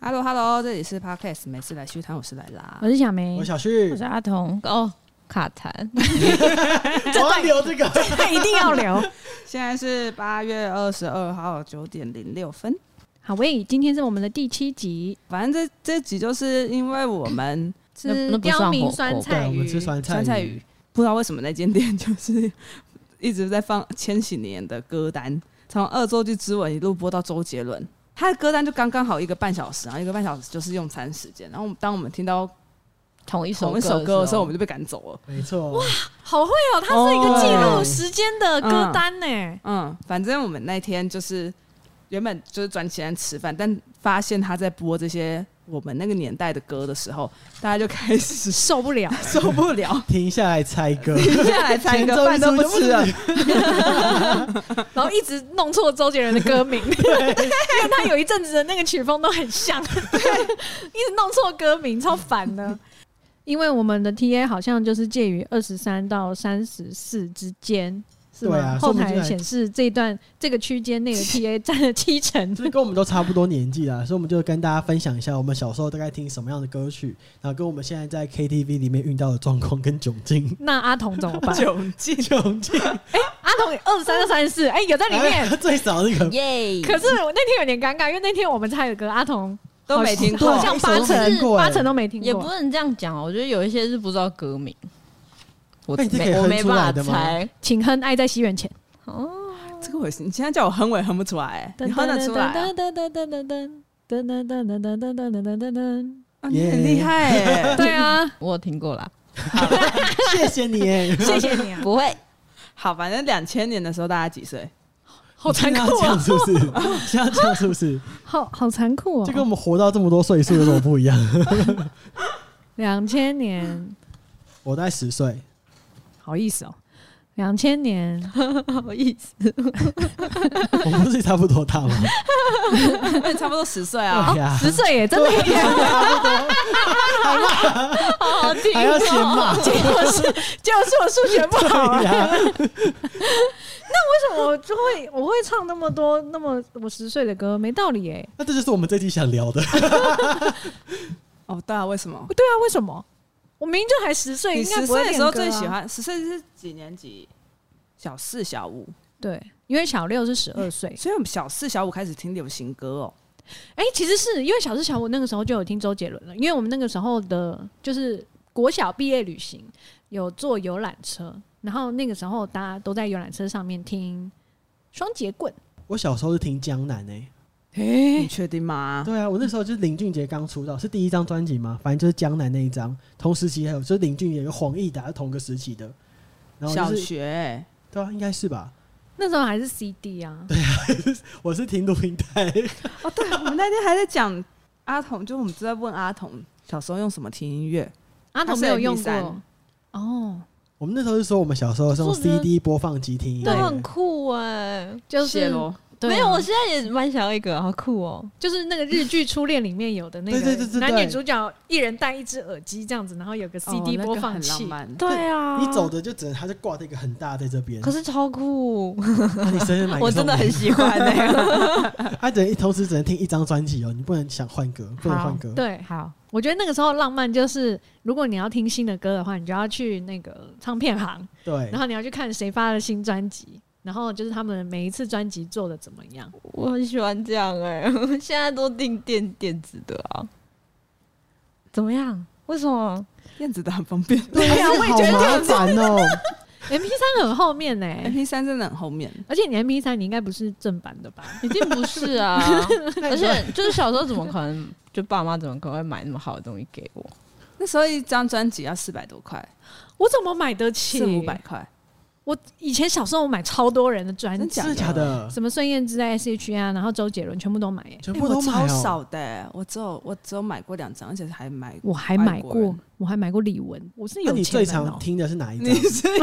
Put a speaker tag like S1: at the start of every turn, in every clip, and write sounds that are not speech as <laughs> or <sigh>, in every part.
S1: Hello Hello，这里是 Podcast，每次来续摊我是来啦
S2: 我。是小梅，
S3: 我小旭
S2: 我，是阿童。哦，卡痰，
S3: 我要哎留这个。
S2: 他 <laughs> 一定要聊。
S1: 现在是八月二十二号九点零六分。
S2: 好喂，今天是我们的第七集，
S1: 反正这这集就是因为我 <laughs> 们
S2: 吃
S4: 那那不算
S2: 刁民
S4: 火锅
S2: 酸
S3: 对，
S2: 菜
S3: 我
S2: 鱼，
S3: 们吃酸菜
S1: 酸菜鱼，不知道为什么那间店 <laughs> 就是一直在放千禧年的歌单，从《恶作剧之吻》一路播到周杰伦，他的歌单就刚刚好一个半小时，然后一个半小时就是用餐时间。然后当我们听到
S4: 同一首
S1: 同一首歌的
S4: 的
S1: 时候，我们就被赶走了。
S3: 没错。哇，
S4: 好会哦，它是一个记录
S3: 哦
S4: 时间的歌单呢、
S1: 嗯，反正我们那天就是原本就是转起来吃饭，但发现他在播这些我们那个年代的歌的时候，大家就开始
S2: 受不了。
S1: 受不 <laughs> 了，
S3: 停下来猜歌，
S1: 停下来餐一个饭都不吃了
S3: 前奏一出就。
S2: <laughs>
S4: 然后一直弄错周杰伦的歌名，因
S2: <laughs>
S4: 为他有一阵子的那个曲风都很像，对，一直弄错歌名，超烦的。
S2: 因为我们的 TA 好像就是介于二十三到三十四之间，是吗？
S3: 对啊
S2: 后
S3: 说不
S2: 台
S3: 定还
S2: 显示这一段这个区间内的
S3: <laughs>
S2: TA 占了七成
S3: <laughs> 就。是跟我们都差不多年纪啦，所以我们就跟大家分享一下我们小时候大概听什么样的歌曲，然后跟我们现在在 KTV 里面遇到的状况跟窘境。
S1: <laughs>
S2: 那阿童怎么办？
S1: 窘境，
S3: 窘境，
S2: 阿童二十三到三十四，哎，有在里面。
S3: 哎 <laughs> 最少
S1: <laughs>
S3: 那个
S4: 耶可
S2: 可是我那天有点尴尬，因为那天我们唱有歌，阿童
S1: 都没听过
S2: 好像
S4: 八
S2: 八
S4: 成
S3: 听
S2: 成
S3: 过哎
S2: 八成都没听
S4: 也不
S2: 过。
S4: 能这样讲哦，我觉得有一些是不知道歌名，我
S3: 那你是可以
S4: 没我
S3: 哼
S4: 没
S3: 出来
S4: 办法
S3: 的吗
S4: 猜。
S2: 请哼《爱在西元前》。
S1: 这个我你现在叫我哼，我也哼不出来、你哼得出来、啊？
S2: 噔噔噔噔噔噔噔噔噔噔噔噔噔噔噔。
S1: 啊你很厉害哎、
S2: 对啊，
S4: 我有听过啦，
S3: 谢谢你耶，
S2: 谢谢你啊，
S4: 不会，
S1: 好，反正两千年的时候大家几 <laughs> 岁？
S2: 好残
S3: 你
S2: 酷
S3: 现在要这样
S2: 啊，
S3: 是不
S1: <laughs>
S3: 是？现在要这样是不是？
S2: 好好残酷
S3: 就跟我
S2: 哦。
S3: 们活到这么多岁数有什么不一样？
S2: 两千年，
S3: 我大概十
S1: <laughs>
S3: 岁，
S2: 好意思哦。两千年，
S4: 好意思。
S3: 我们不是差不多大吗？
S1: 对，差不多十岁啊。
S3: 对呀，
S2: 十岁耶，真的耶，
S4: 好好听
S3: 还要先骂
S4: 结果是结果是我数学不好，
S3: 对呀，
S2: 啊为什么我就会我会唱那么多那么我十岁的歌，没道理耶。
S3: 那这就是我们这期想聊的。
S1: 哦，对啊，为什么？
S2: 对啊，为什么？我明明就还十岁，
S1: 你
S2: 应该
S1: 十
S2: 不会
S1: 岁的时候
S2: 练
S1: 最
S2: 歌啊
S1: 喜欢，十岁是几年级？小四、小五，
S2: 对，因为小六是十二岁，
S1: 所以我们小四、小五开始听流行歌哦。
S2: 哎、其实是因为小时小我那个时候就有听周杰伦了，因为我们那个时候的就是国小毕业旅行有坐游览车，然后那个时候大家都在游览车上面听双节棍，
S3: 我小时候是听江南诶、欸
S1: 你确定吗？
S3: 对啊，我那时候就是林俊杰刚出道，是第一张专辑嘛，反正就是江南那一张。同时期还有就是林俊杰跟黄义达是同个时期的，然后
S1: 小
S3: 就是
S1: 学、欸，
S3: 对啊，应该是吧？
S2: 那时候还是 CD 啊，
S3: 我是听录音带， <laughs>
S1: 哦，对，我们那天还在讲阿童，就我们就在问阿童小时候用什么听音乐。
S2: 阿
S1: 它
S2: 童
S1: 是
S2: 没有用
S1: MP3
S2: 过哦，
S3: 我们那时候是说我们小时候是用
S4: 我觉得
S3: CD 播放机听音
S4: 对，很
S3: 乐，
S4: 酷哎。
S2: 就是
S1: 咯，
S2: 对啊
S4: 没有，我现在也蛮想要一个，好酷哦！
S2: 就是那个日剧《初恋》里面有的那
S3: 对对
S2: 个
S3: 对对对
S2: 男女主角一人戴一只耳机这样子，然后有个 CD 播放器，
S1: 哦哦那个很浪漫
S4: 对啊，
S3: 你走的就只能它就挂在一个很大在这边，
S4: 可是超酷，
S3: 那你生日
S5: <laughs>
S3: 买
S4: 我真的很喜欢欸那 <laughs> 个。
S3: 他只能同时只能听一张专辑哦，你不能想换歌，不能换歌。
S2: 对，好，我觉得那个时候浪漫就是，如果你要听新的歌的话，你就要去那个唱片行，
S3: 对
S2: 然，后你要去看谁发的新专辑，然后就是他们每一次专辑做的怎么样。
S4: 我很喜欢这欸 <laughs> 样哎、现在都订电电子的啊。怎么样？
S5: 为什么？
S1: 电子的很方便
S3: 对呀，哎好麻烦哦。
S2: M P 三很后面呢、
S1: ，MP 三真的很后面。
S2: 而且你 M P 三你应该不是正版的吧？
S5: 一定不是
S3: <laughs>
S5: 啊！而且就是小时候怎么可能，就爸妈怎么可能会买那么好的东西给我？
S1: 那时候一张专辑要四百多块，
S2: 我怎么买得起？
S1: 四五百。块，
S2: 我以前小时候买超多人的哎专
S1: 真
S2: 辑啊
S1: 假，
S3: 真的假的？
S2: 什么孙燕姿、S H 啊，然后周杰伦全部都买、耶。
S3: 全
S1: 哎
S3: 部
S1: 我
S3: 都买
S1: 超
S3: 哦。
S1: 少的、我只有我只有买过两张，而且还买。
S2: <laughs> 我还买
S1: 外国
S2: 过
S1: 人，
S2: 我还买过李玟，我是
S3: 那
S2: 有
S3: 你
S2: 钱
S3: 最
S2: 人哦、
S3: 常听的是哪一
S1: 你是
S3: 张
S1: 有钱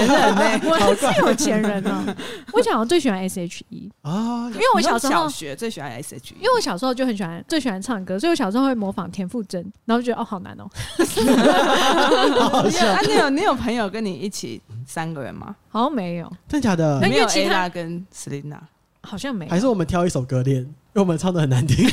S1: 人呢、
S2: <laughs> 我是有钱人哦、我想我最喜欢 S H E，
S3: 啊？
S2: 因为我小时
S1: 小
S2: 候，
S1: 学 <laughs> 最喜欢 E S.H.E，
S2: 因为我小时候就很喜欢最喜欢唱歌，所以我小时候会模仿田馥甄，然后就觉得哦好难哦、
S1: <laughs>
S3: 好
S1: 你有
S3: 笑
S1: 啊，，你有你有朋友跟你一起三个人吗？
S2: 好像没有，
S3: 真假的
S2: 那？
S1: 没有
S2: 因为其他
S1: Ella 跟 Selina，
S2: 好像没有
S3: 还。是我们挑一首歌练，因为我们唱的很难听。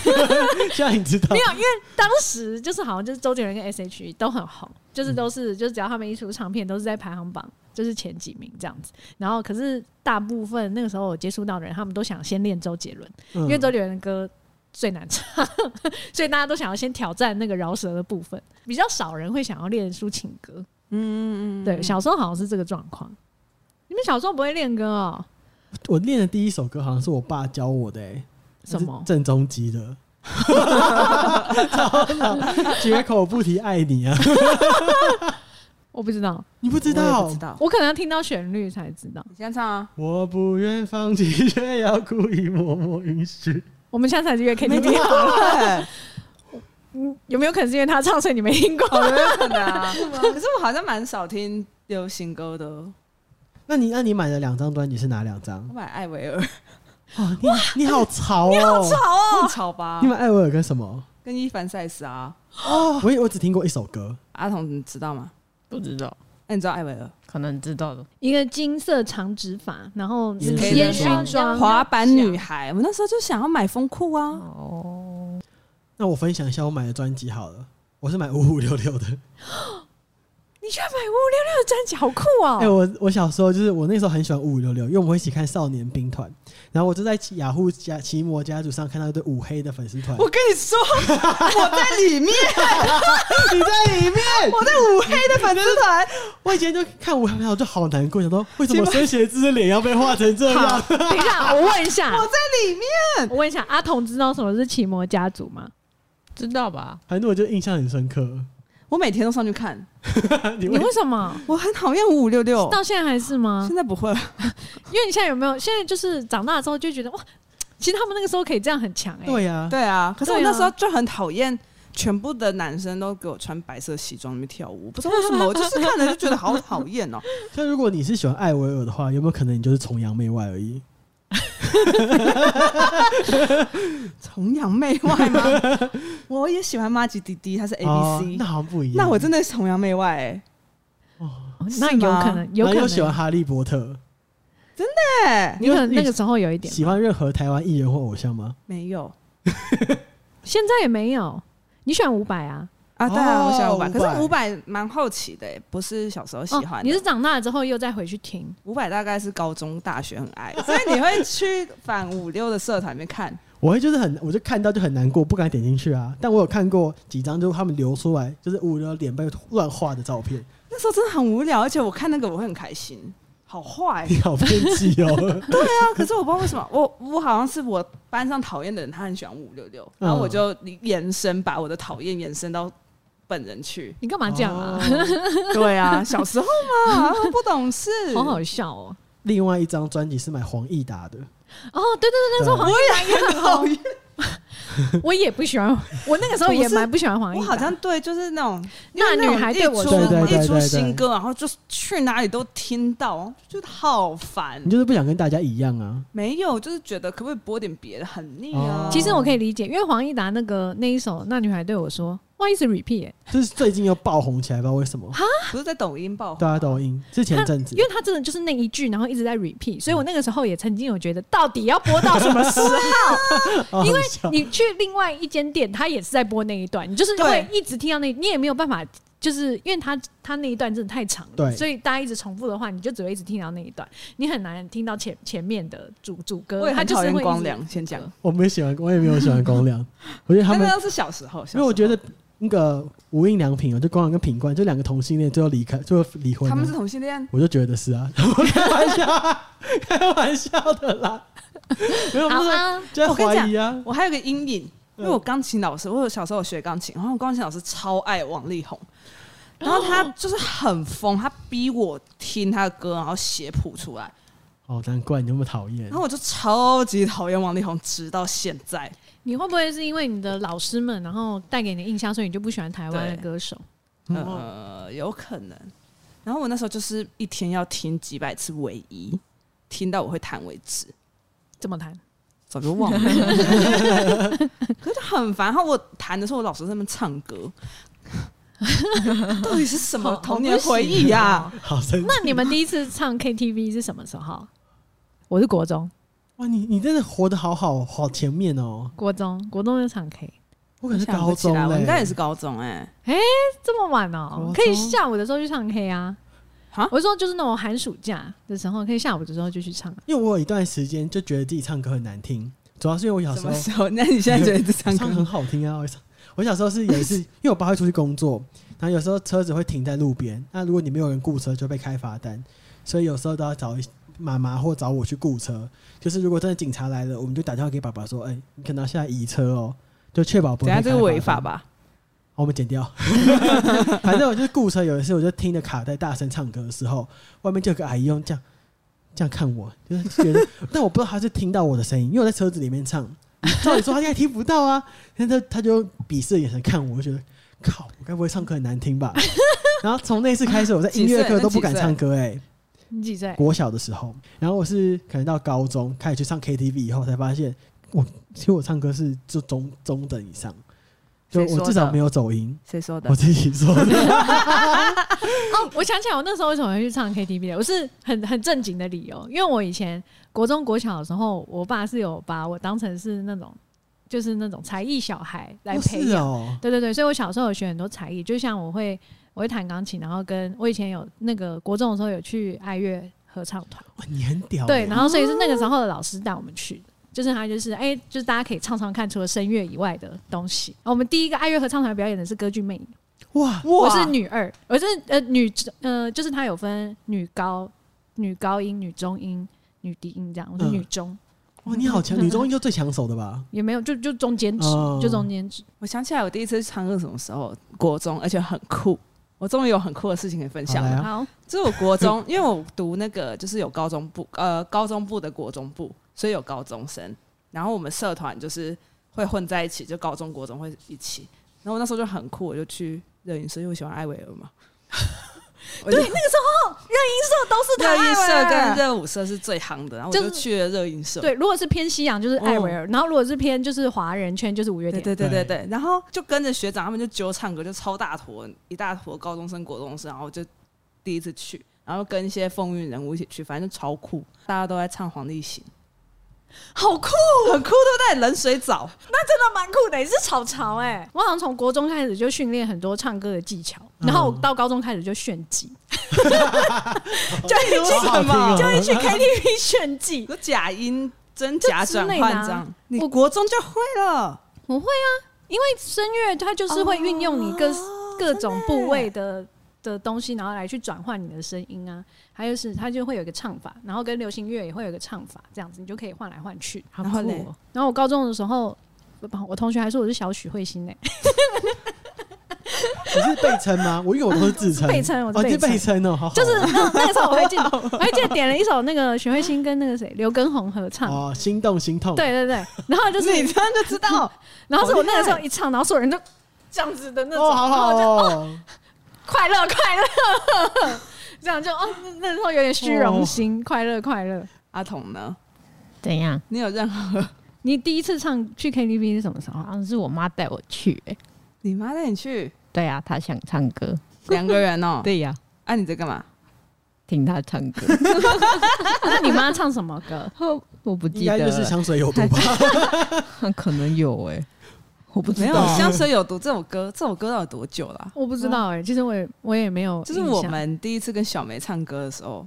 S3: 现在你知道
S2: 没，有，因为当时就是好像就是周杰伦跟 S.H.E 都很红，就是都是、就是只要他们一出唱片，都是在排行榜就是前几名这样子。然后可是大部分那个时候我接触到的人，他们都想先练周杰伦，
S3: 因
S2: 因为周杰伦的歌最难唱， <laughs> 所以大家都想要先挑战那个饶舌的部分，比较少人会想要练抒情歌。
S1: 嗯嗯嗯，
S2: 对，小时候好像是这个状况。你们小时候不会练歌哦？
S3: 我练的第一首歌好像是我爸教我的、欸，
S2: 什么
S3: 是郑中基的。绝口不提爱你啊！
S2: 我不知道，
S3: 你不知
S1: 我也
S3: 道？
S1: 不知道，
S2: 我可能要听到旋律才知道。
S1: 你先唱啊，
S3: 我不愿放弃，却要故意默默允许。
S2: 我们现在才去约
S1: <laughs>
S2: KTV，
S1: <laughs> 对，
S2: 嗯 <laughs> 有没有可能是因为他唱，所以你没听过？
S1: 有没有可能啊？ <laughs> 可是我好像蛮少听流行歌的，
S3: 那你那你买的两张专辑是哪两张
S1: 我？买艾薇儿，
S3: 哇，你你好潮哦！你
S1: 好吵吧？
S3: 买艾薇儿跟什么？
S1: 跟伊凡赛斯啊，
S3: 我也我只听过一首歌，
S1: 阿童你知道吗？
S5: 不知道，
S1: 那你知道艾薇儿
S5: 可能知道的。
S2: <laughs> 一个金色长直发，然后
S3: 烟
S1: 可以
S2: 烟
S1: 的
S2: 熏妆，
S1: 滑板女孩？我那时候就想要买风裤啊，
S5: 哦，
S3: 那我分享一下我买的专辑好了。我是买五五六六的。
S2: 你居然买五五六六的专辑，好酷
S3: <laughs>
S2: 哦！
S3: 哎、我我小时候就是我那时候很喜欢五五六六，因为我们会一起看少年兵团，然后我就在雅虎家奇摩家族上看到一对五黑的粉丝团，
S1: 我跟你说，我在里 <laughs> 面，
S3: 你在里面，
S1: 我在五黑的粉丝团，
S3: 我以前就看五黑团我就好难过，想说为什么孙协志的脸要被画成这样？
S2: 等一下， <laughs> 我问一下，
S1: 我在里面。
S2: 我问一下，阿童知道什么是奇摩家族吗？
S5: 知道吧？
S3: 反正我就印象很深刻。
S1: 我每天都上去看，
S2: 你
S3: 你为
S2: 为什么
S1: 我很讨厌五五六六，
S2: 到现在还是吗
S1: 现？在不会了。
S2: 因为你现在有没有？现在就是长大之后就觉得哇，其实他们那个时候可以这样很强哎、
S3: 对呀、
S1: 对啊，可是我
S2: 对啊
S1: 那时候就很讨厌。全部的男生都给我穿白色西装，里面跳舞，不知道为什么，我就是看了就觉得好讨厌哦。
S3: 像如果你是喜欢艾薇儿的话，有没有可能你就是崇洋媚外而已？
S1: 崇洋媚外吗？我也喜欢妈吉弟弟，他是 A
S3: 哦
S1: B
S3: 那
S1: C，
S3: 好像不一样。
S1: 那我真的是崇洋媚外哎、
S2: 哦那有可能，有
S3: 然
S2: 可
S3: 后又喜欢
S2: 能，
S3: 哈利波特，
S1: 哎
S2: 你可能那个时候有一点，
S3: 喜欢任何台湾艺人或偶像吗？
S1: 没有
S2: 现在也没有。你喜欢伍佰啊？
S1: 啊，对啊，
S3: 哦
S1: 我喜欢五百，
S3: 伍佰
S1: 可是五百蛮好奇的、哎，不是小时候喜欢的、
S2: 哦，你是长大了之后又再回去听，
S1: 五百大概是高中、大学很爱，所以你会去反五六的社团里面看。
S3: 我会就是很，我就看到就很难过，不敢点进去啊。但我有看过几张，就是他们流出来，就是五六脸被乱画的照片，
S1: 那时候真的很无聊，而且我看那个我会很开心，好坏、
S3: 你好偏激哦。 <laughs>
S1: 啊！可是我不知道为什么，我我好像是我班上讨厌的人，他很喜欢五六六，
S3: 嗯
S1: 然后我就延伸把我的讨厌延伸到本人去。
S2: 你干嘛这样啊？
S3: 哦
S1: 对啊，小时候嘛，不懂事，
S2: <laughs> 好好笑哦！
S3: 另外一张专辑是买黄义达的，
S2: 哦，对对对，那时候
S3: 对
S2: 黄
S1: 讨厌。
S2: 我也不喜欢， <laughs> 我那个时候也蛮不喜欢黄义
S1: 我
S2: 达。
S1: 好像对，就是那种
S2: 那
S1: 因为种
S2: 女孩对我
S1: 一出
S3: 说对对对
S1: 一出
S3: 对对
S1: 新歌，然后就是去哪里都听到，就觉得好烦
S3: 你。就是不想跟大家一样啊。
S1: 没有，就是觉得可不可以播点别的，很腻啊
S3: 哦。
S2: 其实我可以理解，因为黄义达那个那一首《那女孩对我说》，哇，一直 repeat，、欸、
S3: 就是最近又爆红起来，不知道为什么。
S1: 不是在抖音爆红
S3: 大家抖音是前阵子
S2: 因，为他真的就是那一句，然后一直在 repeat，所以我那个时候也曾经有觉得，到底要播到什么时候？
S3: 哦
S2: 因为 <laughs>
S3: 好笑
S2: 你去另外一间店，他也是在播那一段，你就是会一直听到那，你也没有办法，就是因为他他那一段真的太长了，
S3: 对
S2: 所以大家一直重复的话，你就只会一直听到那一段，你很难听到前前面的主主
S1: 我
S2: 歌，
S1: 也
S2: 呃他
S1: 很
S2: 就是
S1: 讨厌
S2: 会一直
S1: 光良，先讲。
S3: 我没喜欢，我也没有喜欢光良，我觉得他
S1: 那
S3: 们
S1: 个，是小时候，小时
S3: 因
S1: 候
S3: 为我觉得那个无印良品，我就光良跟品冠这两个同性恋，最后离开，最后离婚了。
S1: 他们是同性恋，
S3: 我就觉得是啊， <laughs> 我开玩笑 <laughs> 啊，开玩笑的啦，没有，不
S4: 好
S2: <laughs>
S3: 是
S4: 啊，
S3: 就在怀疑啊，
S1: 我还有个阴影，因为我钢琴老师，我有小时候有学钢琴，然后我钢琴老师超爱王力宏，然后他就是很疯，他逼我听他的歌，然后写谱出来，
S3: 哦，难怪你那么讨厌
S1: 然。后我就超级讨厌王力宏，直到现在。
S2: 你会不会是因为你的老师们，然后带给你的印象，所以你就不喜欢台湾的
S1: 对
S2: 歌手？
S3: 嗯
S1: 呃，有可能。然后我那时候就是一天要听几百次唯一，听到我会弹为止，
S2: 怎么弹？
S1: 早就忘了。可是就很烦。然后我弹的时候，我老师在那边唱歌，到底是什么童年回忆啊呀、
S3: 好生气
S2: 那你们第一次唱 KTV 是什么时候？我是国中，
S3: 哇，你你真的活得好好好前面哦，
S2: 国中，国中就唱 K，
S3: 我可是
S1: 想
S3: 高
S1: 不起
S3: 中
S1: 来，我应该也
S3: 嘞，
S1: 是高中哎、
S2: 这么晚哦、
S3: 国中
S2: 可以下午的时候去唱 K 啊
S1: 哈。
S2: 我是说，就是那种寒暑假的时候，可以下午的时候就去唱。啊
S3: 因为我有一段时间就觉得自己唱歌很难听，主要是因为我小
S1: 什
S3: 时
S1: 么
S3: 候
S1: 时候？ <laughs> 那你现在觉得这唱
S3: 唱
S1: 歌
S3: 很好听啊！我唱，我小时候是也
S1: <laughs>
S3: 是，因为我爸会出去工作，然后有时候车子会停在路边，那如果你没有人雇车，就被开罚单，所以有时候都要找一妈妈或找我去雇车。就是如果真的警察来了，我们就打电话给爸爸说：“哎、你可能要下来移车哦，就确保不
S1: 等
S3: 会。”
S1: 下这个违法？吧？
S3: 我们剪掉。 <laughs> 反正我就是雇车，有一次我就听着卡带大声唱歌的时候，外面就有个阿姨用这样这样看我，就是觉得，但我不知道她是听到我的声音，因为我在车子里面唱。照理说她应该听不到啊，但她她就用鄙视的眼神看我，我就觉得靠，我该不会唱歌很难听吧？ <laughs> 然后从那次开始，我在音乐课都不敢唱歌哎、
S2: 你几岁？
S3: 国小的时候，然后我是可能到高中开始去唱 KTV 以后，才发现我其实我唱歌是就中中等以上，就
S1: 谁说
S3: 我
S1: 的
S3: 至少没有走音。
S1: 谁说的
S3: 我？自己说 <laughs> 的，
S2: 哦，我想起来，我那时候为什么会去唱 KTV 的？我是很很正经的理由，因为我以前国中国小的时候，我爸是有把我当成是那种就是那种才艺小孩来
S3: 不
S2: 培
S3: 是
S2: 养。
S3: 哦。
S2: 对对对，所以我小时候有学很多才艺，就像我会我会弹钢琴，然后跟我以前有那个国中的时候有去爱乐合唱团，
S3: 哇，你很屌欸。
S2: 对，然后所以是那个时候的老师带我们去的。就是他，就是哎、就是大家可以唱唱看，除了声乐以外的东西。哦我们第一个爱乐合唱团表演的是歌剧魅影，
S3: 哇，
S1: 哇
S2: 我是女二，我是呃女呃，就是她有分女高、女高音、女中音、女低音这样，我是
S3: 嗯
S2: 女中，
S3: 哇，你好强！
S2: 嗯
S3: 女中音就最抢手
S2: <laughs>
S3: 的吧？
S2: 也没有就就中间值，
S3: 哦
S2: 就中间值。
S1: 我想起来，我第一次唱歌是什么时候？国中，而且很酷。我终于有很酷的事情可以分享
S3: 好
S1: 了
S3: 来。啊
S2: 好，
S1: 就是我国中，因为我读那个就是有高中部，呃，高中部的国中部，所以有高中生。然后我们社团就是会混在一起，就高中国中会一起。然后我那时候就很酷，我就去热音社，因为我喜欢艾薇儿 <laughs> 嘛。对，那个时候热音社都是热音社跟热舞社是最夯的，然后我
S2: 就
S1: 就是去了热音社。
S2: 对，如果是偏西洋就是艾维尔，然后如果是偏就是华人圈就是五月
S1: 对对
S2: 天，
S1: 对
S3: 对
S1: 对对，然后就跟着学长他们就揪唱歌，就超大坨一大坨高中生、国中生，然后就第一次去，然后跟一些风云人物一起去，反正就超酷，大家都在唱《黄立行》， <laughs>
S4: 好酷，
S1: 很酷，对不对？冷水澡，
S4: 真的蛮酷的，也是草潮哎、
S2: 我好像从国中开始就训练很多唱歌的技巧，然后我
S3: 嗯
S2: 到高中开始就炫
S4: <laughs>
S2: 技，
S1: 就一起什么？
S3: 就
S4: 去 KTV 炫技，
S1: 有假音真假转
S2: 就之类
S1: 换
S2: 的啊
S1: 这样，你
S2: 我
S1: 国中就会了，
S2: 啊因为声乐它就是会运用你各、
S4: 哦
S2: 各种部位的的东西，然后来去转换你的声音啊，还有是它就会有一个唱法，然后跟流行乐也会有一个唱法，这样子你就可以换来换去。
S5: 好
S1: 然后嘞
S5: 哦
S2: 然后我高中的时候，我我同学还说我是小许慧欣欸呢、
S3: <laughs> 你是被称吗？我因为我都是自称。
S2: 背称我 <laughs>
S3: 哦，
S2: 是
S3: 你是
S2: 背
S3: 被
S2: 称。
S3: 称哦，好好哦。
S2: 就是那那个时候我还 <laughs> 记得，我还记得点了一首那个许慧欣跟那个谁刘根红合唱，
S3: 哦，心动心痛。
S2: 对对对，然后 <laughs> 就是
S1: 你这样就知道，
S2: 然后是我那个时候一唱，然后所有人都这样子的那种，
S3: 哦，好
S2: 然后
S3: 好
S2: 我就
S3: 哦。
S2: 快乐快乐， <laughs> 这样就哦，那那时候有点虚荣心，快乐快乐。
S1: 阿童呢？
S5: 怎样？
S1: 你有任何？
S2: 你第一次唱去 KTV 是什么时候啊
S5: 好？像是我妈带我去、欸，
S1: 你妈带你去
S5: 对呀、她想唱歌，
S1: 两个人哦？
S5: <laughs> 对呀、
S1: 啊，你在干嘛？
S5: 听她唱 <laughs> 歌，
S2: 那你妈唱什么歌？
S5: 哦我不
S3: 应
S5: 记
S3: 该
S5: 得了，
S3: 就是香水有毒吧？
S5: 可能有哎、我不知
S1: 没有
S5: 道，
S1: 《香水有毒》这首歌，这首歌到底多久了啊？
S2: <laughs> 我不知道哎、其实我也我也没有，
S1: 就是我。们第一次跟小梅唱歌的时候，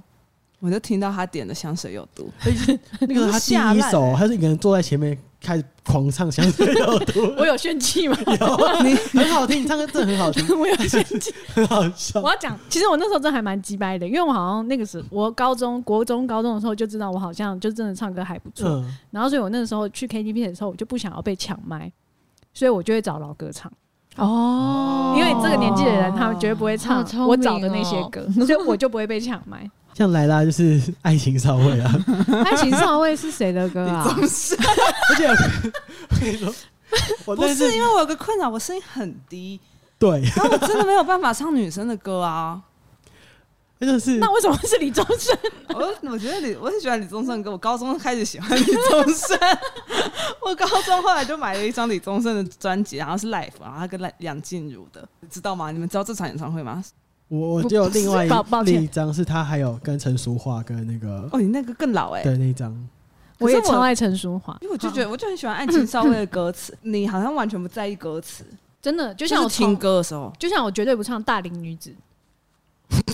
S1: 我就听到她点的《香水有毒
S3: <laughs> 那个是他第
S1: 吓
S3: 一
S1: 烂
S3: 首，
S1: 欸
S3: 他是一个人坐在前面开始狂唱《香水有毒》
S2: 我有炫技吗？ <laughs>
S3: 有，很好听，唱歌真的很好听，
S2: 我有炫技。
S3: 很好
S2: <laughs>
S3: 笑
S2: 我。要讲，其实我那时候真的还蛮鸡掰的，因为我好像那个时我高中、国中、高中的时候就知道我好像就真的唱歌还不错，
S3: 嗯，
S2: 然后所以我那个时候去 KTV 的时候，我就不想要被抢麦，所以我就会找老歌唱。
S5: 哦
S2: 因为这个年纪的人，他们绝对不会
S5: 好
S2: 唱
S5: 聪明
S2: 我找的那些
S5: 哦
S2: 歌，所以我就不会被抢 <laughs> 麦。
S3: 像莱拉就是爱情少尉啊，
S2: <laughs> 爱情上位是谁的歌啊？
S3: 而且我我跟你说，我
S1: 不
S3: 那
S1: 是因为我有个困扰，我声音很低，
S3: 对，
S1: 但我真的没有办法唱女生的歌啊。
S3: 真的是
S2: 那为什么是李宗盛？
S1: 我我觉得李，我很喜欢李宗盛的歌。我高中开始喜欢李宗盛， <laughs> 我高中后来就买了一张李宗盛的专辑，然后是 Live，然后他跟梁梁静茹的，知道吗？你们知道这场演唱会吗？
S3: 我我就有另外一
S2: 不是抱抱歉
S3: 另一张是他还有跟陈淑桦跟那个
S1: 哦，你那个更老哎、
S3: 对那一张，
S1: 可
S2: 我
S1: 是
S2: 也超爱陈淑桦，
S1: 因为我就觉得，我就很喜欢《爱情少尉》的歌词，你好像完全不在意歌词，
S2: 真的，就
S1: 就
S2: 像我
S1: 是听
S2: 从，
S1: 歌的时候，
S2: 就像我绝对不唱《大龄女子》，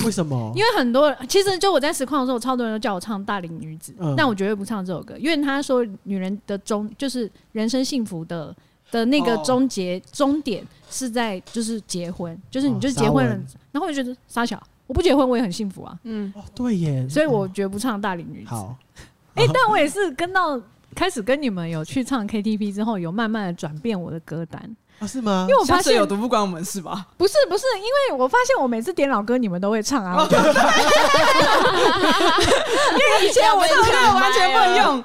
S3: 为什么？
S2: 因为很多人其实就我在实况的时候，超多人都叫我唱《大龄女子》
S3: 嗯
S2: 但我绝对不唱这首歌，因为他说女人的终就是人生幸福的的那个
S1: 哦
S2: 终结、终点是在就是结婚，就是你
S3: 哦
S2: 就是结婚了，
S3: 沙文
S2: 然后我就觉得傻小，我不结婚我也很幸福啊，
S1: 嗯，
S3: 哦，对耶，嗯
S2: 所以我绝不唱《大龄女子》。
S3: 好，
S2: 哎、但我也是跟到开始跟你们有去唱 KTV 之后，有慢慢的转变我的歌单，
S3: 啊是吗
S2: 因？为我发
S1: 香水
S2: 现
S1: 有毒不关我们事吧？
S2: 不是不是，因为我发现我每次点老歌你们都会唱啊，我就
S1: 以前我唱那个完全不能用，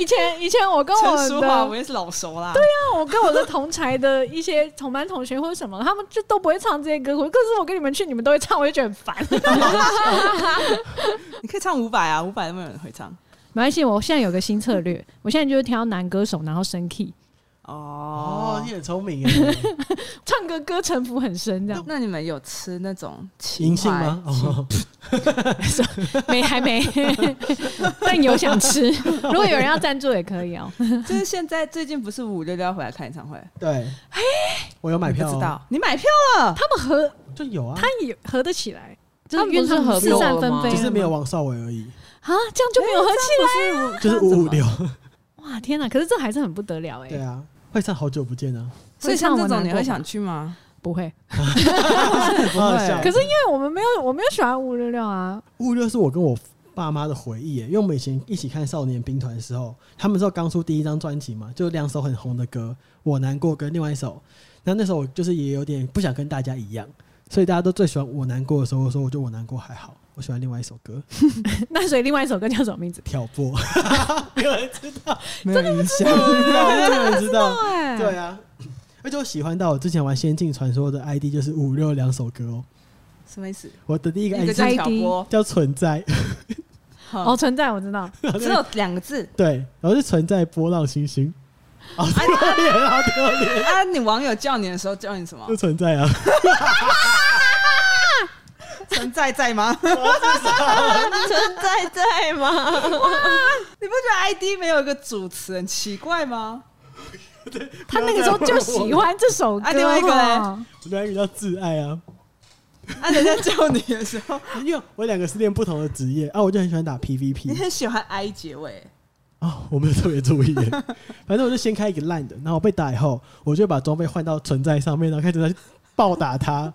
S2: 以前以前我跟我
S1: 陈淑桦
S2: 的
S1: 我也是老熟啦。对呀，
S2: 我跟我的同才的一些同班同学或者什么，他们就都不会唱这些歌。可是我跟你们去，你们都会唱，我就觉得很烦。
S1: 你可以唱五百啊，五百都没有人会唱
S2: 没关系，我现在有个新策略，我现在就是挑男歌手，然后升 key，
S1: 哦
S3: 哦，。你很聪明
S2: <laughs>
S3: 耶，
S2: 唱歌歌城府很深，
S1: <laughs>
S2: 这样
S1: 那你们有吃那种奇
S3: 银杏
S1: 花
S3: 吗？哦，
S2: 没还没，但有想吃。如果有人要赞助也可以哦、
S1: <laughs> 就是现在最近不是五六六要回来看演唱会，
S3: 对，我有买票，啊
S1: 你不知，道你买票了？
S2: 他们合
S3: 就有啊
S2: 他，也 <laughs> 合得起来，就
S5: 他
S2: 是
S5: 们
S2: 因为
S5: 不是
S2: 他们
S5: 合
S2: 四
S5: 购
S2: 散
S5: 了
S2: 纷
S5: 吗
S2: 飞
S3: 只
S2: 了
S3: 是没有
S2: 吗
S3: 王少伟而已，
S2: 啊，这样就没有合起
S1: 来啊，这
S3: 就是
S1: 样怎
S3: 五
S1: 么
S3: 五六，
S2: 来哇！天哪，可是这还是很不得了哎、
S3: <laughs> 对啊，会唱好久不见
S2: <laughs>
S3: 啊，
S1: 所以像这种你
S2: 会唱我难过
S1: 会
S2: 吧
S1: 想去吗？
S2: 不会，
S3: 很好笑。
S2: 可是因为我们没有我没有喜欢五六六啊， <laughs>
S3: 五五六是我跟我爸妈的回忆耶，因为我们以前一起看少年兵团的时候，他们那时候刚出第一张专辑嘛，就两首很红的歌，《我难过》跟另外一首。那那时候我就是也有点不想跟大家一样，所以大家都最喜欢《我难过》的时候，我说我觉得我难过还好，我喜欢另外一首歌《
S2: 那所以另外一首歌叫什么名字？
S3: 挑拨》， <laughs> 没有人知道，
S1: 没有影响。
S3: 没有人知道，
S2: 对
S3: 对啊。而且我喜欢到我之前玩《仙境传说》的 ID 就是五六两首歌哦，
S1: 什么意思？
S3: 我的第一个
S1: 一个
S3: ID
S1: 叫挑拨，
S3: 叫存在，
S1: 好
S2: 哦，存在我知道，
S1: <laughs> 只有两个
S2: <laughs>
S1: 字
S3: 对，然后是存在波浪星星，哦好丢
S2: 哎
S3: 脸，好丢脸。 <laughs>
S1: 啊！你网友叫你的时候叫你什么
S3: 就？存在啊，
S1: 存在在 <laughs> 吗？
S5: 存在在吗？
S1: 你不觉得 ID 没有一个主词很奇怪吗？
S2: 他那个时候就喜欢这首歌。
S1: 啊另外一个
S2: 哦
S1: 嘞
S3: 我两个叫挚爱啊，
S1: 啊，人家叫你的时 <laughs> 候，
S3: 因为我两个是练不同的职业啊，我就很喜欢打
S1: 你
S3: PVP
S1: 很喜欢 I 结尾，
S3: 啊，我没有特别注
S2: <laughs>
S3: 意耶，反正我就先开一个烂的，然后我被打以后，我就把装备换到存在上面，然后开始在暴打他，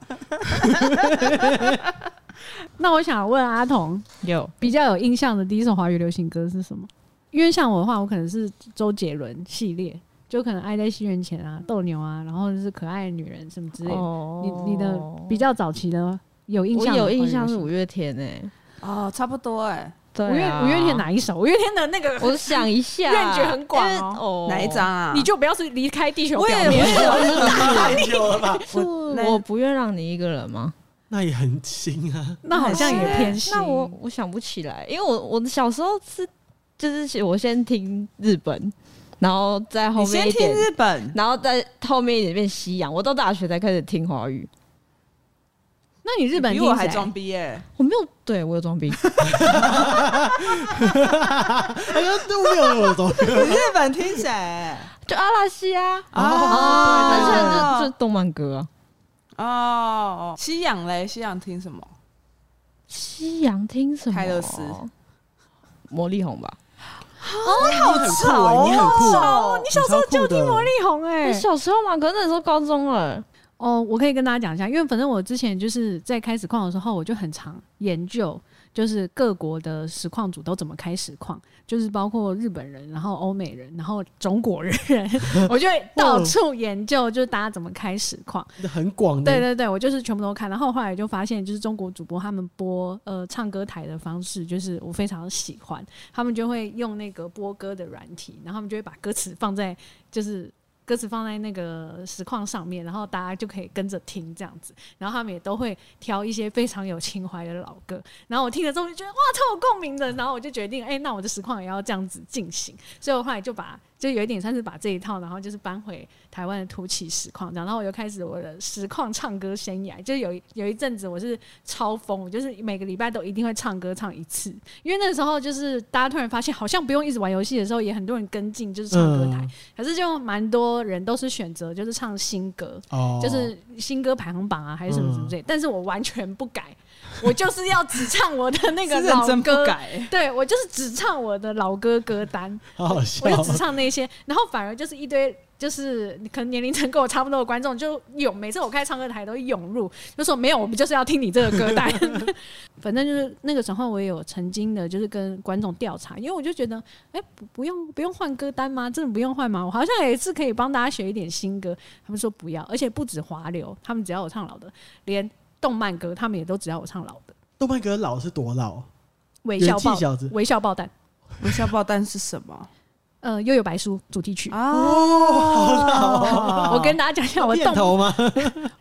S2: 那我想问阿童，
S5: 有
S2: 比较有印象的第一首华语流行歌是什么？因为像我的话，我可能是周杰伦系列，就可能《爱在西元前》啊、《斗牛》啊，然后就是《可爱的女人》什么之类的。
S5: 哦
S2: 你你的比较早期的有印
S5: 我
S2: 象的华
S5: 有
S2: 语流行，
S5: 印象是五月天欸诶，
S1: 哦，差不多哎，
S5: 对啊
S2: 五月五月天？哪一首？五月天的那 <laughs> 个，
S5: 我想一下，
S2: range 很广
S5: 因为哦
S1: 哪一张？啊？
S2: 你就不要是离开地球
S1: 我
S2: 表
S1: 也我
S2: 面。
S1: 也
S3: 很久了吧？
S5: 是我不愿让你一个人吗？
S3: <laughs> 那也很轻啊，
S2: <laughs> 那好像也偏心。
S5: 那我我想不起来，因为我我小时候是就是我先听日本，然后在后
S1: 你
S5: 面
S1: 先
S5: 一
S1: 听
S5: 点，
S1: 日本，
S5: 然后在后面一点变西洋。我到大学才开始听华语，
S2: 那你日本
S1: 比
S2: 听
S1: 我还
S2: 谁
S1: 装逼耶！
S5: 我没有对我有装逼，
S3: 还有都没有
S2: <laughs>
S3: 我走。
S1: 你日本听谁？
S5: 就阿拉西啊，
S1: 哦
S5: 但
S1: 对对对
S5: 是就就动漫歌
S1: <laughs>
S5: 啊，
S1: 哦，西洋嘞，西洋听什么？
S5: 西洋听什么？
S1: 泰勒斯、
S5: 魔力红吧。
S3: 你很酷
S1: 哦
S3: 欸，你很酷，
S4: 哦，你小时候就听魔
S3: 魔
S4: 力红哎、
S5: 你小时候嘛，可是那时候高中了，
S2: 欸哦，我可以跟大家讲一下，因为反正我之前就是在开实况的时候，我就很常研究，就是各国的实况组都怎么开实况，就是包括日本人，然后欧美人，然后中国人， <laughs> 我就会到处研究，就是大家怎么开实况。
S3: 很广的。
S2: 对对对，我就是全部都看，然后后来就发现，就是中国主播他们播呃唱歌台的方式，就是我非常喜欢，他们就会用那个播歌的软体，然后他们就会把歌词放在就是。歌词放在那个实况上面，然后大家就可以跟着听这样子，然后他们也都会挑一些非常有情怀的老歌，然后我听了之后就觉得哇，超有共鸣的，然后我就决定，哎、那我的实况也要这样子进行，所以我后来就把就有一点算是把这一套，然后就是搬回台湾的土起实况这样，然后我又开始我的实况唱歌生涯，就有一有一阵子我是超疯，我就是每个礼拜都一定会唱歌唱一次，因为那时候就是大家突然发现好像不用一直玩游戏的时候，也很多人跟进就是唱歌台，
S3: 嗯
S2: 可是就蛮多人都是选择就是唱新歌，
S3: 哦，
S2: 就是新歌排行榜啊，还是什么什么
S1: 嗯
S2: 之类。但是我完全不改， <laughs> 我就是要只唱我的那个
S1: 是认
S2: 老
S1: 真不
S2: 歌。
S1: 改、欸
S2: 对，我就是只唱我的老歌歌单，
S3: 好好
S2: <laughs>
S3: 笑
S2: 我就只唱那些，然后反而就是一堆就是可能年龄层跟我差不多的观众就涌，每次我开唱歌台都涌入，就说没有，我们就是要听你这个歌单。 <laughs> 反正就是那个时候我也有曾经的，就是跟观众调查，因为我就觉得，哎、不不用不用换歌单吗？真的不用换吗？我好像也是可以帮大家学一点新歌。他们说不要，而且不止华流，他们只要我唱老的，连动漫歌他们也都只要我唱老的。
S3: 动漫歌老是多老？
S2: 微
S3: 元
S2: 笑
S3: 气
S2: 爆
S3: 小子
S2: 微笑爆弹，
S1: 微笑爆弹是什么
S2: 呃，《悠悠白书》主题曲。
S1: 啊？哦
S2: 我跟大家讲一下，我
S3: 片
S2: 动
S3: 头吗？